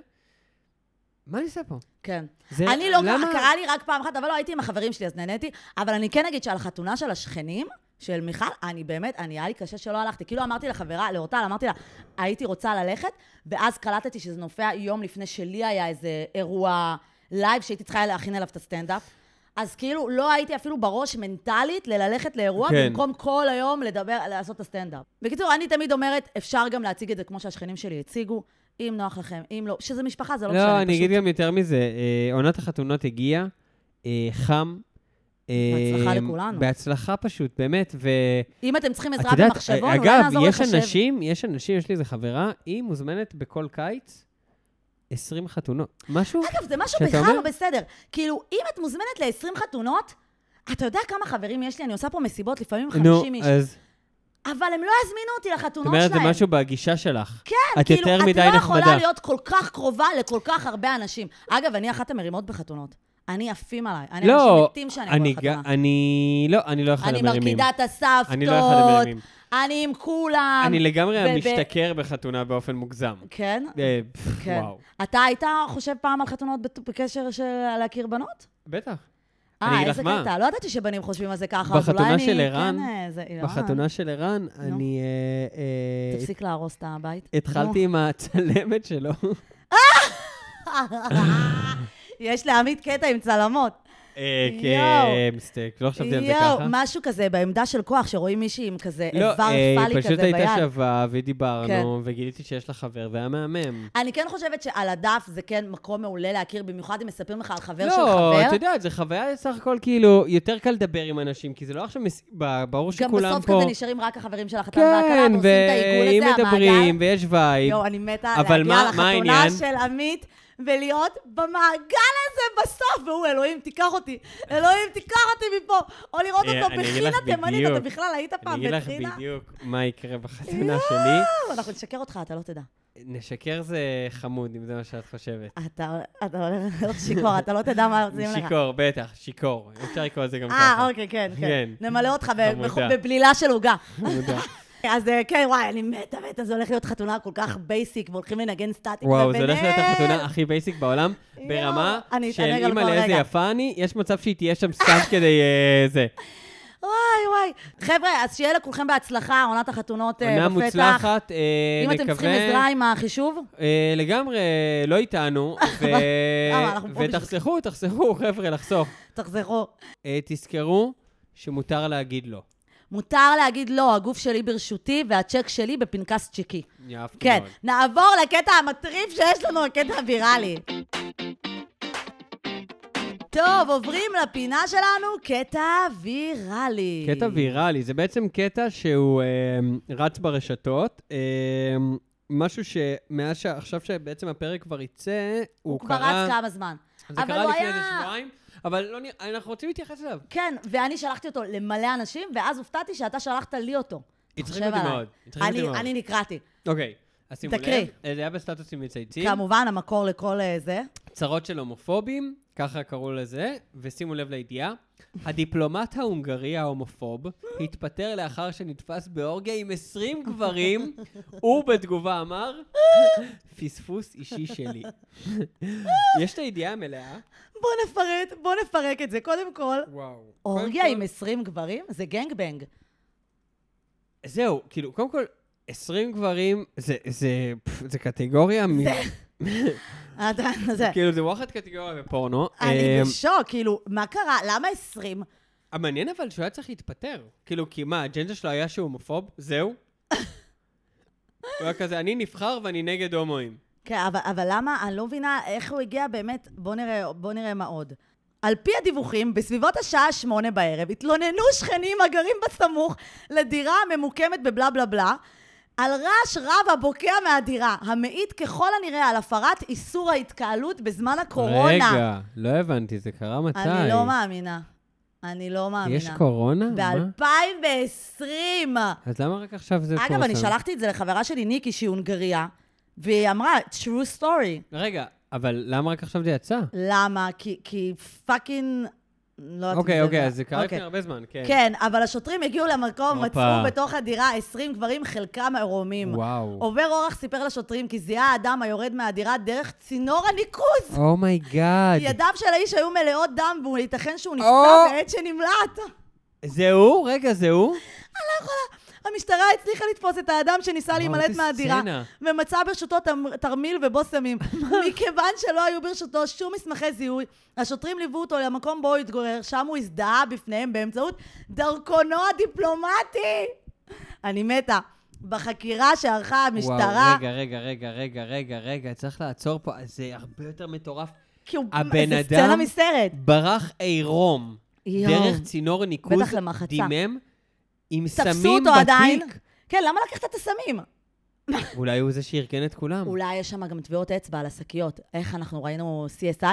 C: מה אני עושה פה?
A: כן.
C: זה-
A: אני לא,
C: למה-
A: קרה לי רק פעם אחת, אבל לא, הייתי עם החברים שלי, אז נהניתי. אבל אני כן אגיד שעל החתונה של השכנים, של מיכל, אני באמת, אני, היה לי קשה שלא הלכתי. כאילו אמרתי לחברה, לאורטל, אמרתי לה, הייתי רוצה ללכת, ואז קלטתי שזה נופע יום לפני שלי היה איזה אירוע לייב שהייתי צריכה להכין אליו את הסטנדאפ. אז כאילו, לא הייתי אפילו בראש מנטלית לללכת לאירוע,
C: כן.
A: כן. במקום כל היום לדבר, לעשות את הסטנדאפ. בקיצור, אני תמיד אומרת, אפשר גם להציג את זה כמו שהשכנים שלי הציגו, אם נוח לכם, אם לא, שזה משפחה, זה לא, משנה,
C: לא, אני
A: פשוט.
C: אגיד גם יותר מזה, אה, עונת החתונות הגיעה, אה, חם. אה,
A: בהצלחה לכולנו.
C: בהצלחה פשוט, באמת, ו...
A: אם אתם צריכים
C: את
A: עזרה
C: יודעת, אה,
A: במחשבון, אולי
C: אגב,
A: נעזור
C: יש
A: לחשב.
C: אנשים, יש אנשים, יש לי איזה חברה, היא מוזמנת בכל קיץ 20 חתונות. משהו?
A: אגב, זה משהו
C: שאתה
A: בכלל
C: אומר-
A: לא בסדר. כאילו, אם את מוזמנת ל-20 חתונות, אתה יודע כמה חברים יש לי? אני עושה פה מסיבות לפעמים עם 50 איש.
C: אז
A: אבל הם לא יזמינו אותי לחתונות
C: את
A: שלהם.
C: אומרת, זה משהו בגישה שלך. כן, את
A: כאילו,
C: יותר מדי
A: את לא יכולה
C: נחמדה.
A: להיות כל כך קרובה לכל כך הרבה אנשים. אגב, אני אחת המרימות בחתונות. אני עפים עליי. אני אנשים
C: לא,
A: מתים שאני
C: אני
A: אבוא
C: גם,
A: לחתונה.
C: אני, לא, אני לא אחד
A: אני
C: המרימים.
A: מרקידה את
C: אני לא אחד
A: הסבתות,
C: המרימים.
A: אני עם כולם.
C: אני לא- לגמרי
A: ו- ו-
C: המשתכר בחתונה באופן מוגזם.
A: כן?
C: אה, פפ,
A: כן.
C: וואו.
A: אתה היית חושב פעם על חתונות בת- בקשר של להכיר בנות?
C: בטח. אני
A: אה,
C: אגיד
A: איזה
C: לך מה.
A: קטע, לא ידעתי שבנים חושבים על זה ככה, אז אולי
C: בחתונה
A: אני...
C: של ערן,
A: כן, אה, זה- ערן,
C: בחתונה של ערן,
A: נו.
C: אני אה, אה,
A: תפסיק להרוס את הבית.
C: התחלתי עם הצלמת שלו.
A: נו. יש לעמית קטע עם צלמות.
C: אה,
A: יואו.
C: כן, סטייק, לא חשבתי על זה
A: יואו,
C: ככה.
A: משהו כזה בעמדה של כוח, שרואים מישהי עם כזה
C: לא,
A: איבר
C: אה,
A: פאלי כזה
C: פשוט הייתה
A: ביד.
C: שווה,
A: כן.
C: ודיברנו, וגיליתי שיש לה חבר, והיה מהמם.
A: אני כן חושבת שעל הדף זה כן מקום מעולה להכיר, במיוחד אם מספרים לך על חבר של
C: לא,
A: חבר.
C: את יודעת, זה חוויה סך הכל כאילו, יותר קל לדבר עם אנשים, כי זה לא עכשיו מסיבה, ברור
A: גם
C: שכולם
A: בסוף
C: פה.
A: כזה נשארים רק החברים של החתן והכלה,
C: כן,
A: ועושים את
C: ואם
A: העיגול הזה,
C: מדברים,
A: המעגל.
C: ויש וייב.
A: יואו, אני מתה
C: אוקיי. אבל
A: להגיע
C: מה- מה
A: לחתונה
C: העניין?
A: של עמית ולהיות במעגל הזה בסוף, והוא, אלוהים, תיקח אותי, אלוהים, תיקח אותי מפה, או לראות
C: אה,
A: אותו
C: אני אגיד לך
A: בחינה תימנית, אתה
C: בדיוק.
A: בכלל היית
C: אני
A: פעם
C: אגיד לך
A: בחינה?
C: בדיוק מה יקרה בחתונה שלי.
A: לא, אנחנו נשקר אותך, אתה לא תדע.
C: נשקר זה חמוד, אם זה מה שאת חושבת.
A: אתה אתה הולך להיות שיכור, אתה לא תדע מה עושים לך.
C: שיכור, בטח, שיכור. אפשר לקרוא לזה גם ככה.
A: אה, אוקיי, כן, כן.
C: כן.
A: נמלא אותך ב-
C: חמודה.
A: בח- בבלילה של עוגה.
C: חמודה.
A: אז אה, כן, וואי, אני מתה, מתה, זה הולך להיות חתונה כל כך בייסיק, והולכים לנגן סטטיק.
C: וואו, זה הולך
A: לבן
C: להיות
A: אל.
C: החתונה הכי בייסיק בעולם,
A: יואו,
C: ברמה
A: אני
C: של
A: אתענג על
C: אימא
A: כל
C: לאיזה
A: רגע.
C: יפה אני, יש מצב שהיא תהיה שם סתם כדי אה, זה.
A: וואי, וואי, עליי. חבר'ה, אז שיהיה לכולכם בהצלחה, עונת החתונות אה,
C: עונה
A: בפתח.
C: מוצלחת, אה,
A: אם אתם צריכים
C: נקווה-
A: עזרה עם החישוב,
C: אה, לגמרי, לא איתנו, ו-
A: למה? אנחנו פה בשביל-
C: ותחסכו, תחסכו, חבר'ה, לחסוך.
A: תחזרו.
C: אה, תזכרו שמותר להגיד לא.
A: מותר להגיד לא, הגוף שלי ברשותי והצ'ק שלי בפנקס צ'יקי.
C: יפה
A: כן,
C: מאוד.
A: נעבור לקטע המטריף שיש לנו, הקטע הוויראלי. טוב, עוברים לפינה שלנו, קטע ויראלי.
C: קטע ויראלי, זה בעצם קטע שהוא אה, רץ ברשתות. אה, משהו שמאז ש... עכשיו שבעצם הפרק כבר יצא, הוא,
A: הוא כבר רץ כמה זמן.
C: זה
A: אבל
C: קרה
A: הוא
C: לפני
A: היה-
C: איזה שבועיים, אבל לא נראה, אנחנו רוצים להתייחס אליו.
A: כן, ואני שלחתי אותו למלא אנשים, ואז הופתעתי שאתה שלחת לי אותו.
C: הצחיק
A: חושב
C: אותי
A: עליי.
C: מאוד, הצחיק אותי
A: אני-
C: מאוד.
A: אני נקרעתי.
C: אוקיי, אז שימו
A: תקריא.
C: לב, אה, זה היה בסטטוסים מצייצים,
A: כמובן, המקור לכל אה, זה.
C: צרות של הומופובים, ככה קראו לזה, ושימו לב לידיעה. הדיפלומט ההונגרי ההומופוב התפטר לאחר שנתפס באורגיה עם 20 גברים, ובתגובה אמר, פספוס אישי שלי. יש את הידיעה המלאה.
A: בוא נפרט, בוא נפרק את זה. קודם כל,
C: וואו.
A: אורגיה עם 20 גברים? זה גנג בנג.
C: זהו, כאילו, קודם כל, 20 גברים, זה- זה פפ, זה קטגוריה מ...
A: אתה- זה-
C: כאילו, זה וואחד קטגוריה בפורנו.
A: אני
C: אמ,
A: בשוק, כאילו, מה קרה? למה 20?
C: המעניין אבל שהוא היה צריך להתפטר. כאילו, כי מה, האג'נדה שלו היה שהוא הומופוב? זהו? הוא היה כזה, אני נבחר ואני נגד הומואים.
A: כן, אבל, אבל למה, אני לא מבינה איך הוא הגיע באמת, בוא נראה, בוא נראה מה עוד. על פי הדיווחים, בסביבות השעה שמונה בערב התלוננו שכנים הגרים בסמוך לדירה הממוקמת בבלה בלה בלה על רעש רב הבוקע מהדירה, המעיד ככל הנראה על הפרת איסור ההתקהלות בזמן הקורונה.
C: לא הבנתי, זה קרה מתי?
A: אני לא מאמינה. אני לא מאמינה.
C: קורונה?
A: ב-2020!
C: אז למה רק עכשיו זה
A: אגב, אני שלחתי את זה לחברה שלי, ניקי, שהיא הונגריה, והיא אמרה, true story.
C: רגע, אבל למה רק עכשיו זה
A: לא,
C: יצא?
A: למה? כי, כי פאקינג... לא יודעת אם
C: אוקיי, אוקיי,
A: זה-
C: אז זה קרה
A: אוקיי.
C: לפני הרבה זמן, כן.
A: כן, אבל השוטרים הגיעו למקום,
C: הופה.
A: מצאו בתוך הדירה 20 גברים, חלקם עירומים.
C: וואו.
A: עובר אורח סיפר לשוטרים כי זיהה האדם היורד מהדירה דרך צינור הניקוז.
C: Oh אומייגאד.
A: ידיו של האיש היו מלאות דם, והוא ייתכן שהוא נפצע
C: או.
A: בעת שנמלט.
C: זה הוא? רגע, זה הוא?
A: המשטרה הצליחה לתפוס את האדם שניסה להימלט
C: איזה
A: מהדירה,
C: סצנה.
A: ומצאה ברשותו תמ- תרמיל ובו סמים. מכיוון שלא היו ברשותו שום מסמכי זיהוי, השוטרים ליוו אותו למקום בו הוא התגורר, שם הוא הזדהה בפניהם באמצעות דרכונו הדיפלומטי! אני מתה. בחקירה שערכה המשטרה,
C: וואו, רגע, רגע, רגע, רגע, רגע, רגע, צריך לעצור פה, זה הרבה יותר מטורף.
A: כי הוא...
C: הבן
A: זה סצנה
C: אדם-
A: מסרט.
C: ברח עירום
A: יואו.
C: דרך צינור ניקוז
A: בטח למחצה.
C: דימם עם סמים בתיק.
A: תפסו אותו עדיין. כן, למה לקחת את הסמים?
C: אולי הוא זה שארגן את כולם.
A: אולי יש שם גם טביעות אצבע על השקיות. איך אנחנו ראינו CSI?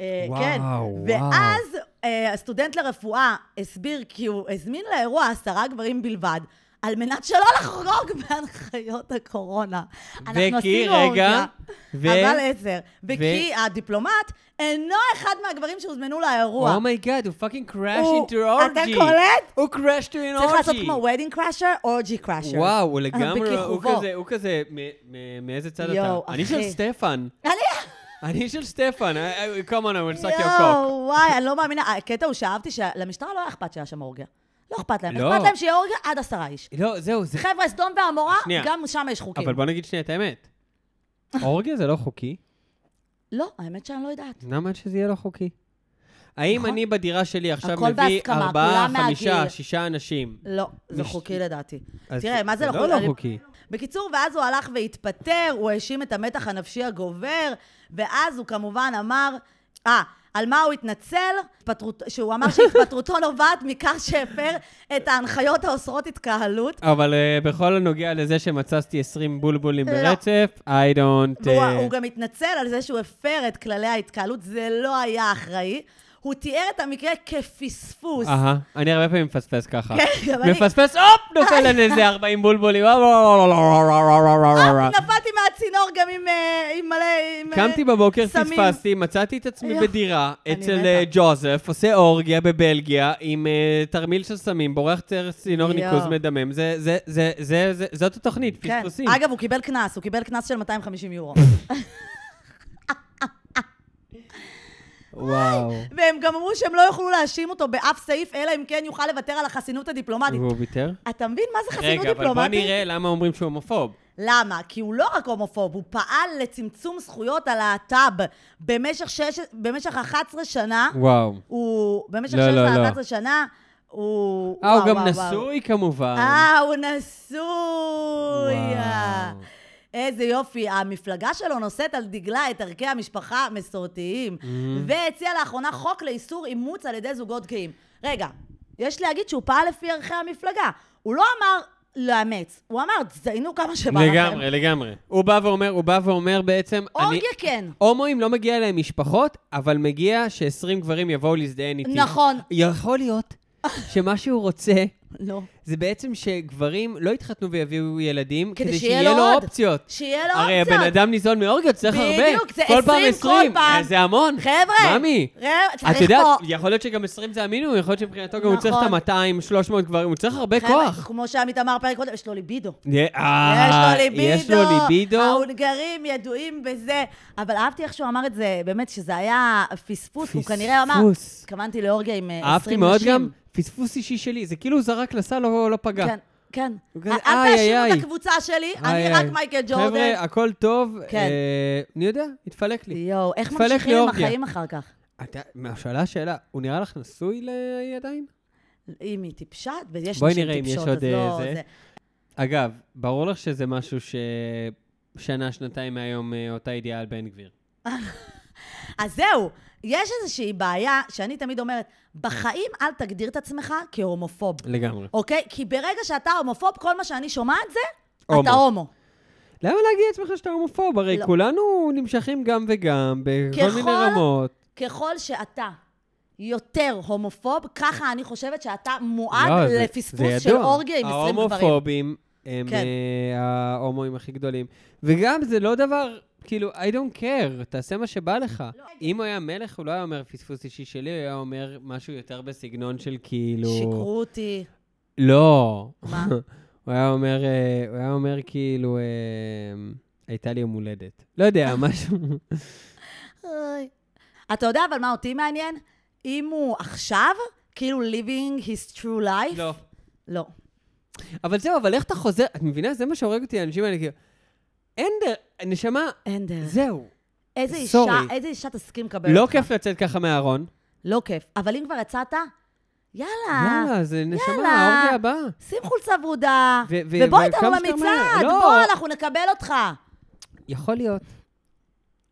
A: אה,
C: וואו,
A: כן.
C: וואו.
A: ואז אה, הסטודנט לרפואה הסביר כי הוא הזמין לאירוע עשרה גברים בלבד, על מנת שלא לחרוג מהנחיות הקורונה. אנחנו
C: וכי,
A: עשינו
C: רגע,
A: ו... אבל עשר. וכי הדיפלומט אינו אחד מהגברים שהוזמנו לאירוע.
C: אומייגאד, Oh הוא פאקינג קראש
A: הוא-
C: אינטו אורג'י.
A: אתה קולט?
C: הוא קראש טו אינטו
A: צריך
C: אורג'י.
A: לעשות כמו wedding crasher, orgy crasher.
C: וואו, הוא לגמרי, הוא
A: בכיכובו.
C: כזה, הוא כזה, מ- מ- מאיזה צד
A: יואו,
C: אתה? אני
A: אחי.
C: של סטפן.
A: אני...
C: אני של סטפן. I- I- Come on, I will suck your cock.
A: יואו, וואי, אני לא מאמינה. הקטע הוא שאהבתי שלמשטרה לא היה אכפת שהיה שם אורגיה. לא אכפת להם.
C: לא.
A: אכפת להם שיהיה אורגיה עד עשרה איש.
C: לא, זהו, זה...
A: חבר'ה, סדום ועמורה,
C: שנייה.
A: גם שם יש חוקים.
C: אבל בוא נגיד שנייה את האמת. אורגיה זה לא חוקי.
A: לא, האמת שאני לא יודעת.
C: למה שזה יהיה לא חוקי? האם
A: נכון.
C: אני בדירה שלי עכשיו
A: הכל
C: מביא
A: בהסכמה,
C: ארבעה,
A: כולם מהגיל.
C: חמישה, שישה אנשים?
A: לא, זה
C: מש-
A: חוקי לדעתי.
C: אז
A: תראה, מה זה לא
C: זה לא
A: חוקי?
C: לא חוקי.
A: בקיצור, ואז הוא הלך והתפטר, הוא האשים את המתח הנפשי הגובר, ואז הוא כמובן אמר, אה, על מה הוא התנצל? התפטרות- שהוא אמר שהתפטרותו נובעת מכך שהפר את ההנחיות האוסרות התקהלות.
C: אבל אה, בכל הנוגע לזה שמצצתי 20 בולבולים
A: לא.
C: ברצף, I don't...
A: והוא
C: אה,
A: הוא גם התנצל על זה שהוא הפר את כללי ההתקהלות, זה לא היה אחראי. הוא תיאר את המקרה כפספוס.
C: אהה, אני הרבה פעמים מפספס ככה.
A: כן, גם אני.
C: מפספס, הופ, נופל על איזה 40 בולבולים. אה, אה, אה, אה, אה, אה, אה.
A: נפלתי מהצינור גם עם, אה, עם מלא... עם, אה,
C: קמתי בבוקר,
A: סמים.
C: פספסתי, מצאתי את עצמי
A: יואו,
C: בדירה
A: אני
C: אצל
A: מתה.
C: אה, ג'וזף, עושה אורגיה בבלגיה עם אה, תרמיל של סמים, בורח צר- צינור
A: יואו.
C: ניקוז מדמם. זה, זה, זה, זה, זה- זאת התוכנית,
A: כן.
C: פספוסים.
A: אגב, הוא קיבל קנס, הוא קיבל קנס של 250 יורו.
C: וואו.
A: והם גם גם אמרו שהם לא יוכלו להאשים אותו באף סעיף, אלא אם כן יוכל לוותר על החסינות הדיפלומטית.
C: והוא ויתר?
A: אתה מבין מה זה חסינות
C: רגע, אבל בוא
A: דיפלומטית?
C: נראה למה אומרים שהוא הומופוב.
A: למה? כי הוא לא רק הומופוב, הוא פעל לצמצום זכויות הלהט"ב במשך, שש... במשך 11 שנה.
C: וואו.
A: הוא... במשך
C: לא,
A: 16
C: לא, לא.
A: 11 שנה, הוא...
C: אה, הוא
A: וואו,
C: גם
A: וואו, וואו.
C: נשוי כמובן.
A: אה, הוא נשוי. אה.
C: וואו.
A: איזה יופי. המפלגה שלו נושאת על דגלה את ערכי המשפחה המסורתיים, והציעה לאחרונה חוק לאיסור אימוץ על ידי זוגות גאים. רגע, יש להגיד שהוא פעל לפי ערכי המפלגה. הוא לא אמר לאמץ, הוא אמר, תזיינו כמה שבא לכם.
C: לגמרי, לגמרי. הוא בא ואומר, הוא בא ואומר בעצם, אני...
A: אורגיה כן.
C: הומואים לא מגיע להם משפחות, אבל מגיע ש-20 גברים יבואו להזדהן איתי.
A: נכון.
C: יכול להיות שמה שהוא רוצה,
A: לא.
C: זה בעצם שגברים לא יתחתנו ויביאו ילדים,
A: כדי
C: כדי
A: שיהיה
C: שיהיה
A: לו
C: לו
A: עוד.
C: אופציות.
A: שיהיה לו
C: הרי
A: אופציות.
C: הבן אדם ניזון מאורגיות, צריך הרבה.
A: בדיוק, זה
C: כל פעם
A: 20, כל
C: 20,
A: פעם.
C: זה המון.
A: חבר'ה,
C: ממי.
A: רב-
C: את
A: צריך
C: יודעת,
A: פה...
C: יכול להיות שגם 20 זה המינימום, יכול להיות שמבחינתו גם הוא צריך את
A: נכון.
C: ה-200, 300 גברים, הוא צריך הרבה
A: חבר'ה,
C: כוח.
A: אה, כמו שעמית אמר פרק קודם, יש לו ליבידו. יש
C: אה,
A: לו ליבידו.
C: יש לו ליבידו.
A: ההונגרים ידועים בזה. אבל אהבתי איך שהוא אמר את זה, באמת, שזה היה פספוס. הוא כנראה אמר,
C: פספוס.
A: התכוונתי לאורגיה עם אה, 20 נשים.
C: אהבתי מאוד גם, פספוס אישי שלי, זה כאילו הוא זרק לסל, לא לא פגע.
A: כן, כן.
C: הוא כזה,
A: אל
C: איי,
A: תאשימו את
C: איי.
A: הקבוצה שלי, אני
C: איי,
A: רק
C: איי.
A: מייקל ג'ורדן.
C: חבר'ה, אה, הכל טוב.
A: כן.
C: אה, אני יודע, התפלק לי.
A: יואו, איך
C: תפלך
A: ממשיכים עם
C: לאורגיה.
A: החיים אחר כך?
C: אתה, מה, שאלה שאלה, הוא נראה לך נשוי ל- עדיין?
A: אם היא טיפשה, ויש
C: בואי
A: נשים
C: נראה אם יש
A: טיפשות,
C: עוד,
A: אז
C: אה,
A: לא...
C: זה.
A: זה.
C: אגב, ברור לך שזה משהו ששנה, שנתיים מהיום אה, אותה ידיעה על בן גביר.
A: אז זהו, יש איזושהי בעיה שאני תמיד אומרת, בחיים אל תגדיר את עצמך כהומופוב,
C: לגמרי.
A: אוקיי? כי ברגע שאתה הומופוב, כל מה שאני שומעת זה,
C: הומו.
A: אתה הומו.
C: למה להגיד לעצמך שאתה הומופוב? הרי
A: לא.
C: כולנו נמשכים גם וגם, בכל מיני
A: ככל-
C: רמות.
A: ככל שאתה יותר הומופוב, ככה אני חושבת שאתה מועד
C: לא, זה-
A: לפספוס
C: זה
A: של
C: ידוע.
A: אורגיה עם 20 גברים.
C: ההומופובים הם
A: כן.
C: אה, ההומואים הכי גדולים. וגם זה לא דבר, כאילו, I don't care, תעשה מה שבא לך.
A: לא,
C: אם הוא היה מלך, הוא לא היה אומר פספוס אישי שלי, הוא היה אומר משהו יותר בסגנון של כאילו...
A: שיקרו אותי.
C: לא.
A: מה?
C: הוא היה אומר, אה, הוא היה אומר כאילו, אה, הייתה לי יום הולדת. לא יודע, משהו...
A: היי. אתה יודע אבל מה אותי מעניין? אם הוא עכשיו, כאילו living his true life?
C: לא.
A: לא.
C: אבל זהו, אבל איך אתה חוזר? את מבינה? זה מה שהורג אותי, האנשים האלה כאילו... אין דרך, נשמה,
A: אין דרך.
C: זהו.
A: איזה אישה,
C: סורי.
A: איזה אישה תסכים לקבל
C: לא
A: אותך?
C: כיף לצאת ככה מהארון.
A: לא כיף. אבל אם כבר יצאת, יאללה.
C: יאללה, זה נשמה,
A: אה. יאללה.
C: האורגיה הבאה.
A: שים חולצה ורודה,
C: ו- ו-
A: ובוא
C: וכמה
A: איתנו
C: שיותר
A: למצעד,
C: מהר. לא.
A: בוא, אנחנו נקבל אותך.
C: יכול להיות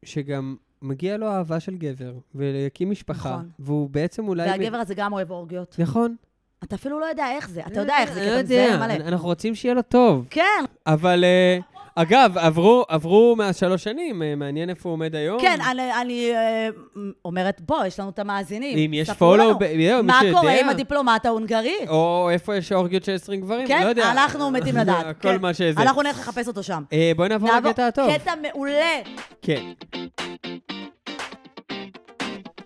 C: שגם מגיע לו אהבה של גבר, ולהקים משפחה,
A: נכון.
C: והוא בעצם אולי... מ-
A: והגבר הזה גם אוהב אורגיות.
C: נכון.
A: אתה אפילו לא יודע איך זה, אתה יודע איך זה,
C: אני
A: כי
C: לא
A: אתה מזהה
C: יודע,
A: מלא.
C: אנחנו רוצים שיהיה לו טוב.
A: כן,
C: אבל, אה, אגב, עברו- עברו מאז שלוש שנים, אה, מעניין איפה הוא עומד היום.
A: כן, אני- אני אה, אומרת, בוא, יש לנו את המאזינים.
C: אם יש
A: ספרו לנו.
C: follow, ב- יואו, מי
A: מה
C: שיודע.
A: קורה עם הדיפלומט ההונגרי?
C: או איפה יש אורגיות של 20 גברים,
A: כן,
C: לא יודע.
A: אנחנו מתים לדעת.
C: כל
A: כן.
C: מה שזה.
A: אנחנו נלך לחפש אותו שם.
C: אה, בואי נעבור
A: נעבור-
C: לקטע הטוב.
A: קטע מעולה.
C: כן.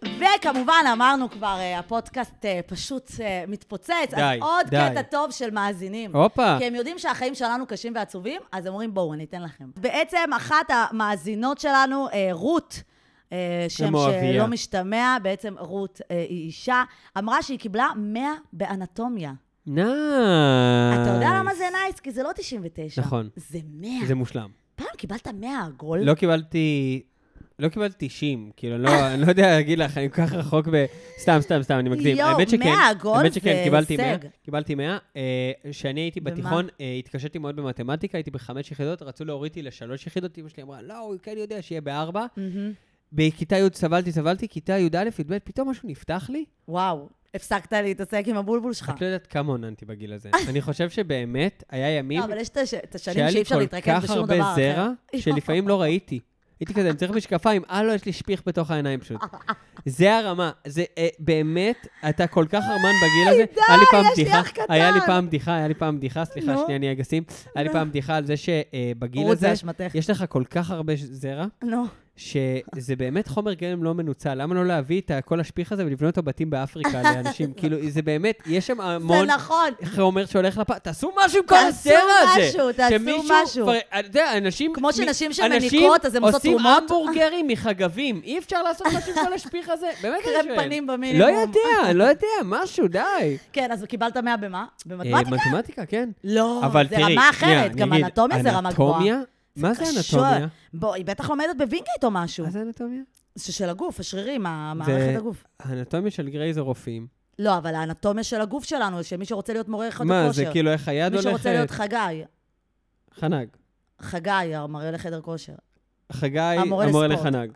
A: וכמובן, אמרנו כבר, אה, הפודקאסט אה, פשוט אה, מתפוצץ.
C: די,
A: אז עוד
C: די.
A: קטע טוב של מאזינים.
C: הופה.
A: כי הם יודעים שהחיים שלנו קשים ועצובים, אז הם אומרים, בואו, אני אתן לכם. בעצם אחת המאזינות שלנו, אה, רות, אה, שם
C: מואביה.
A: שלא משתמע, בעצם רות אה, היא אישה, אמרה שהיא קיבלה 100 באנטומיה.
C: נייס.
A: אתה יודע למה זה נייס? כי זה לא 99.
C: אה, נכון.
A: זה 100.
C: זה מושלם.
A: פעם קיבלת 100 עגול.
C: לא קיבלתי... לא קיבלתי 90, כאילו, אני לא- אני לא יודע להגיד לך, אני כל כך רחוק ב... סתם, סתם, סתם, אני מקדים.
A: יואו,
C: האמת שכן,
A: 100 עגול
C: האמת
A: זה
C: שכן, קיבלתי
A: הישג.
C: 100. קיבלתי 100. כשאני הייתי
A: במה?
C: בתיכון, אה, התקשיתי מאוד במתמטיקה, הייתי בחמש יחידות, רצו להוריד אותי לשלוש יחידות, אמא שלי אמרה, לא, הוא כן יודע שיהיה בארבע.
A: מהמם.
C: בכיתה י' סבלתי, סבלתי, כיתה י"א, י"ב, פתאום משהו נפתח לי.
A: וואו, הפסקת להתעסק עם הבולבול שלך.
C: את לא יודעת כמה עוננתי בגיל הזה. אני חושב שבאמת, היה ימים
A: לא, אבל יש את הש- את השנים
C: שהיה
A: שאי
C: לי
A: אפשר
C: כל
A: להתרכז
C: כך
A: בשום דבר
C: הרבה
A: אחר.
C: זרע, שלפעמים לא ראיתי. הייתי כזה, אני צריך משקפיים, אה, לא, יש לי שפיך בתוך העיניים פשוט. זה הרמה, זה אה, באמת, אתה כל כך ארמן בגיל הזה.
A: די,
C: היה לי פעם
A: יש לי
C: בדיחה,
A: אח קטן.
C: היה לי פעם בדיחה, היה לי פעם בדיחה, סליחה,
A: נו.
C: שנייה, אני אגסים. היה לי פעם בדיחה על זה שבגיל
A: רות, זה
C: הזה,
A: אשמתך.
C: יש לך כל כך הרבה זרע,
A: נו,
C: שזה באמת חומר גלם לא מנוצל. למה לא להביא את כל השפיך הזה ולבנות את הבתים באפריקה לאנשים? כאילו, זה באמת, יש שם המון...
A: זה נכון.
C: חומר שהולך לפח, תעשו משהו עם כל
A: תעשו
C: הזרע הזה.
A: משהו, תעשו
C: שמישהו
A: משהו.
C: כבר- אה, אתה יודע, אנשים...
A: כמו שנשים
C: מ-
A: שמניקות,
C: אנשים
A: אז הן עושות
C: עושים
A: תרומות.
C: המבורגרים מחגבים. אי אפשר לעשות משהו עם כל השפיך הזה? באמת אני
A: קרם
C: שואל.
A: פנים
C: לא
A: במינימום.
C: יודע, לא יודע, משהו, די.
A: כן, אז קיבלת 100 במה?
C: אה,
A: במתמטיקה?
C: מתמטיקה, כן.
A: לא,
C: אבל
A: זה
C: תראי,
A: רמה
C: שנייה,
A: אחרת, גם
C: אני אגיד,
A: אנטומיה זה רמה גבוהה.
C: אנטומיה? מה זה
A: קשה.
C: אנטומיה?
A: בוא, היא בטח לומדת בווינגייט או משהו.
C: מה זה אנטומיה?
A: זה של הגוף, השרירים, מערכת הגוף.
C: האנטומיה של גריי זה רופאים.
A: לא, אבל האנטומיה של הגוף שלנו, שמי שרוצה להיות מורה חדר כושר.
C: מה, זה כאילו איך היד
A: מי שרוצה להיות
C: הולכת?
A: חגי,
C: חנג.
A: חגי, המורה לחדר כושר.
C: חגי,
A: המורה
C: המורה
A: לספורט.
C: לחנג.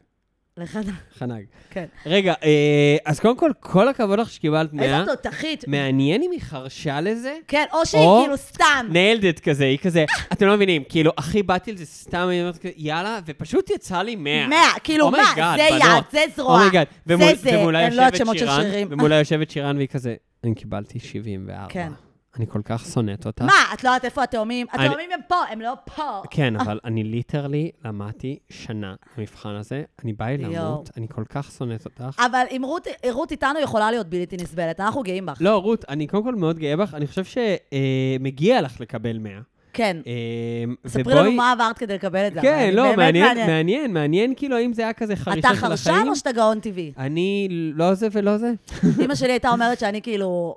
A: לחדר,
C: חנג.
A: כן.
C: רגע, אה, אז קודם כל, כל הכבוד לך שקיבלת 100.
A: איזה תותחית.
C: מעניין אם היא חרשה לזה?
A: כן, או שהיא
C: או-
A: כאילו סתם.
C: ניילדד כזה, היא כזה, אתם לא מבינים, כאילו, אחי, באתי על זה סתם, אני אומרת כזה, יאללה, ופשוט יצא לי 100.
A: 100, כאילו
C: Oh my
A: מה,
C: God,
A: זה יד,
C: בנות. Oh
A: זה זרוע,
C: אומייגאד.
A: זה
C: ומול-
A: זה,
C: ומולה
A: אין לו
C: יושבת
A: את שמות של
C: שירן,
A: שרירים.
C: ומולה יושבת שירן והיא כזה, אני קיבלתי 74.
A: כן.
C: אני כל כך שונאת אותה.
A: מה, את לא יודעת איפה התאומים?
C: אני-
A: התאומים הם פה, הם לא פה.
C: כן, אבל אני ליטרלי למדתי שנה במבחן הזה, אני בא אל
A: יואו.
C: למות, אני כל כך שונאת אותך.
A: אבל אם רות- רות איתנו יכולה להיות בלתי נסבלת, אנחנו גאים בך.
C: לא, רות, אני קודם כל מאוד גאה בך, אני חושב שמגיע לך לקבל 100.
A: כן.
C: אה,
A: ספרי לנו
C: ובואי-
A: מה עברת כדי לקבל את זה. אבל
C: כן,
A: אני-
C: לא,
A: באמת
C: מעניין, מעניין, מעניין, כאילו, האם זה היה כזה
A: אתה
C: חרישה של החיים?
A: חרשן או שאתה גאון טבעי?
C: אני לא זה ולא זה.
A: אימא שלי הייתה אומרת שאני כאילו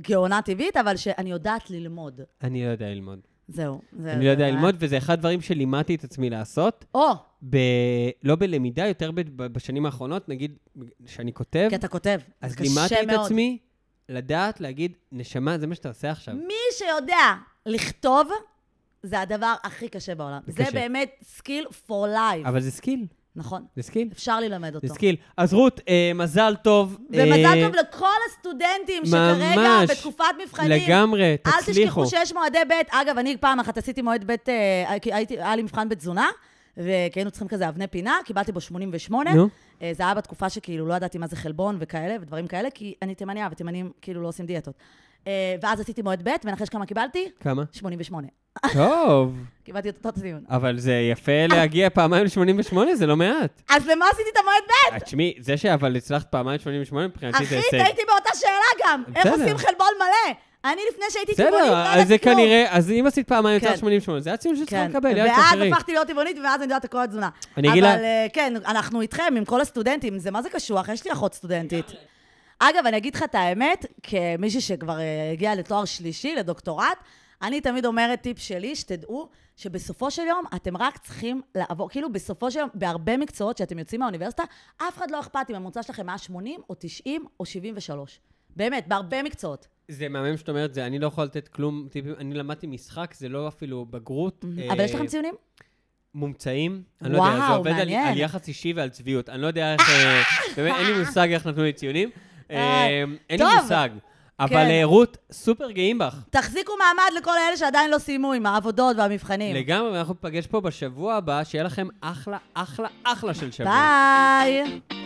A: גאונה טבעית, אבל שאני יודעת ללמוד.
C: אני לא יודע ללמוד.
A: זהו. זה-
C: אני לא יודע
A: זה-
C: ללמוד, וזה אחד הדברים שלימדתי את עצמי לעשות,
A: או,
C: ב... לא בלמידה, יותר ב... ב- בשנים האחרונות, נגיד, שאני כותב,
A: כי אתה כותב. זה
C: אז
A: קשה
C: לימדתי את
A: מאוד.
C: עצמי לדעת להגיד, נשמה, זה מה שאתה עושה עכשיו.
A: מי שיודע לכתוב, זה הדבר הכי קשה בעולם.
C: זה
A: זה
C: קשה.
A: באמת סקיל for life.
C: אבל זה סקיל,
A: נכון.
C: זה סקיל,
A: אפשר ללמד אותו.
C: זה סקיל. אז רות, אה, מזל טוב.
A: ומזל
C: אה,
A: טוב לכל הסטודנטים שכרגע
C: ממש.
A: בתקופת מבחנים.
C: לגמרי,
A: אל
C: תצליחו.
A: תשכחו שיש מועדי ב', אגב, אני פעם אחת עשיתי מועד ב', אה, כי הייתי- היה לי מבחן בתזונה, וכי היינו צריכים כזה אבני פינה, קיבלתי בו 88.
C: נו,
A: אה, זה היה בתקופה שכאילו לא ידעתי מה זה חלבון וכאלה, ודברים כאלה, כי אני תימניה, ותימנים כאילו לא עושים דיאטות. אה, ואז עשיתי מועד ב', ונחש כמה קיבלתי?
C: כמה?
A: 88.
C: טוב,
A: קיבלתי את אותו ציון.
C: אבל זה יפה להגיע פעמיים ל-88, זה לא מעט.
A: אז למה עשיתי את המועד ב'?
C: אה, תשמעי, זה שאבל הצלחת פעמיים 88 מבחינתי זה
A: אחי,
C: הישג.
A: הייתי באותה שאלה גם. איך
C: בסדר.
A: עושים חלבון מלא? אני לפני שהייתי טבעונית, לא
C: בסדר, אז זה
A: ידעתי כלום.
C: כנראה, אז אם עשית פעמיים
A: כן.
C: יצא 88, זה הציון שצריך
A: כן,
C: לקבל, יאללה,
A: ואז
C: תשחררי.
A: הפכתי להיות טבעונית, ואז אני יודעת הכל התזונה.
C: לא אני אגיד
A: אבל
C: לה-
A: אה, כן, אנחנו איתכם, עם כל הסטודנטים, זה מה זה קשוח, יש לי אחות סטודנטית. אגב, אני אגיד לך את האמת, כמישהי שכבר אה, הגיעה לתואר שלישי, לדוקטורט, אני תמיד אומרת טיפ שלי, שתדעו שבסופו של יום אתם רק צריכים לעבור, כאילו בסופו של יום, בהרבה מקצועות שאתם יוצאים מהאוניברסיטה, אף אחד לא אכפת אם הממוצע שלכם היה 80 או 90 או 73. באמת, בהרבה מקצועות.
C: זה מהמם שאת אומרת זה, אני לא יכול לתת כלום טיפים, אני למדתי משחק, זה לא אפילו בגרות.
A: אבל
C: אה,
A: יש לכם ציונים?
C: מומצעים? אני לא יודע, זה
A: וואו,
C: עובד על-
A: מעניין.
C: על יחס אישי ועל צביעות. אני לא יודע איך... אה, באמת, אין לי מושג איך נתנו לי ציונים. אה, אין לי
A: טוב.
C: מושג. אבל
A: כן.
C: אה, רות, סופר גאים בך.
A: תחזיקו מעמד לכל אלה שעדיין לא סיימו עם העבודות והמבחנים.
C: לגמרי, ואנחנו ניפגש פה בשבוע הבא, שיהיה לכם אחלה, אחלה, אחלה של שבוע.
A: Bye.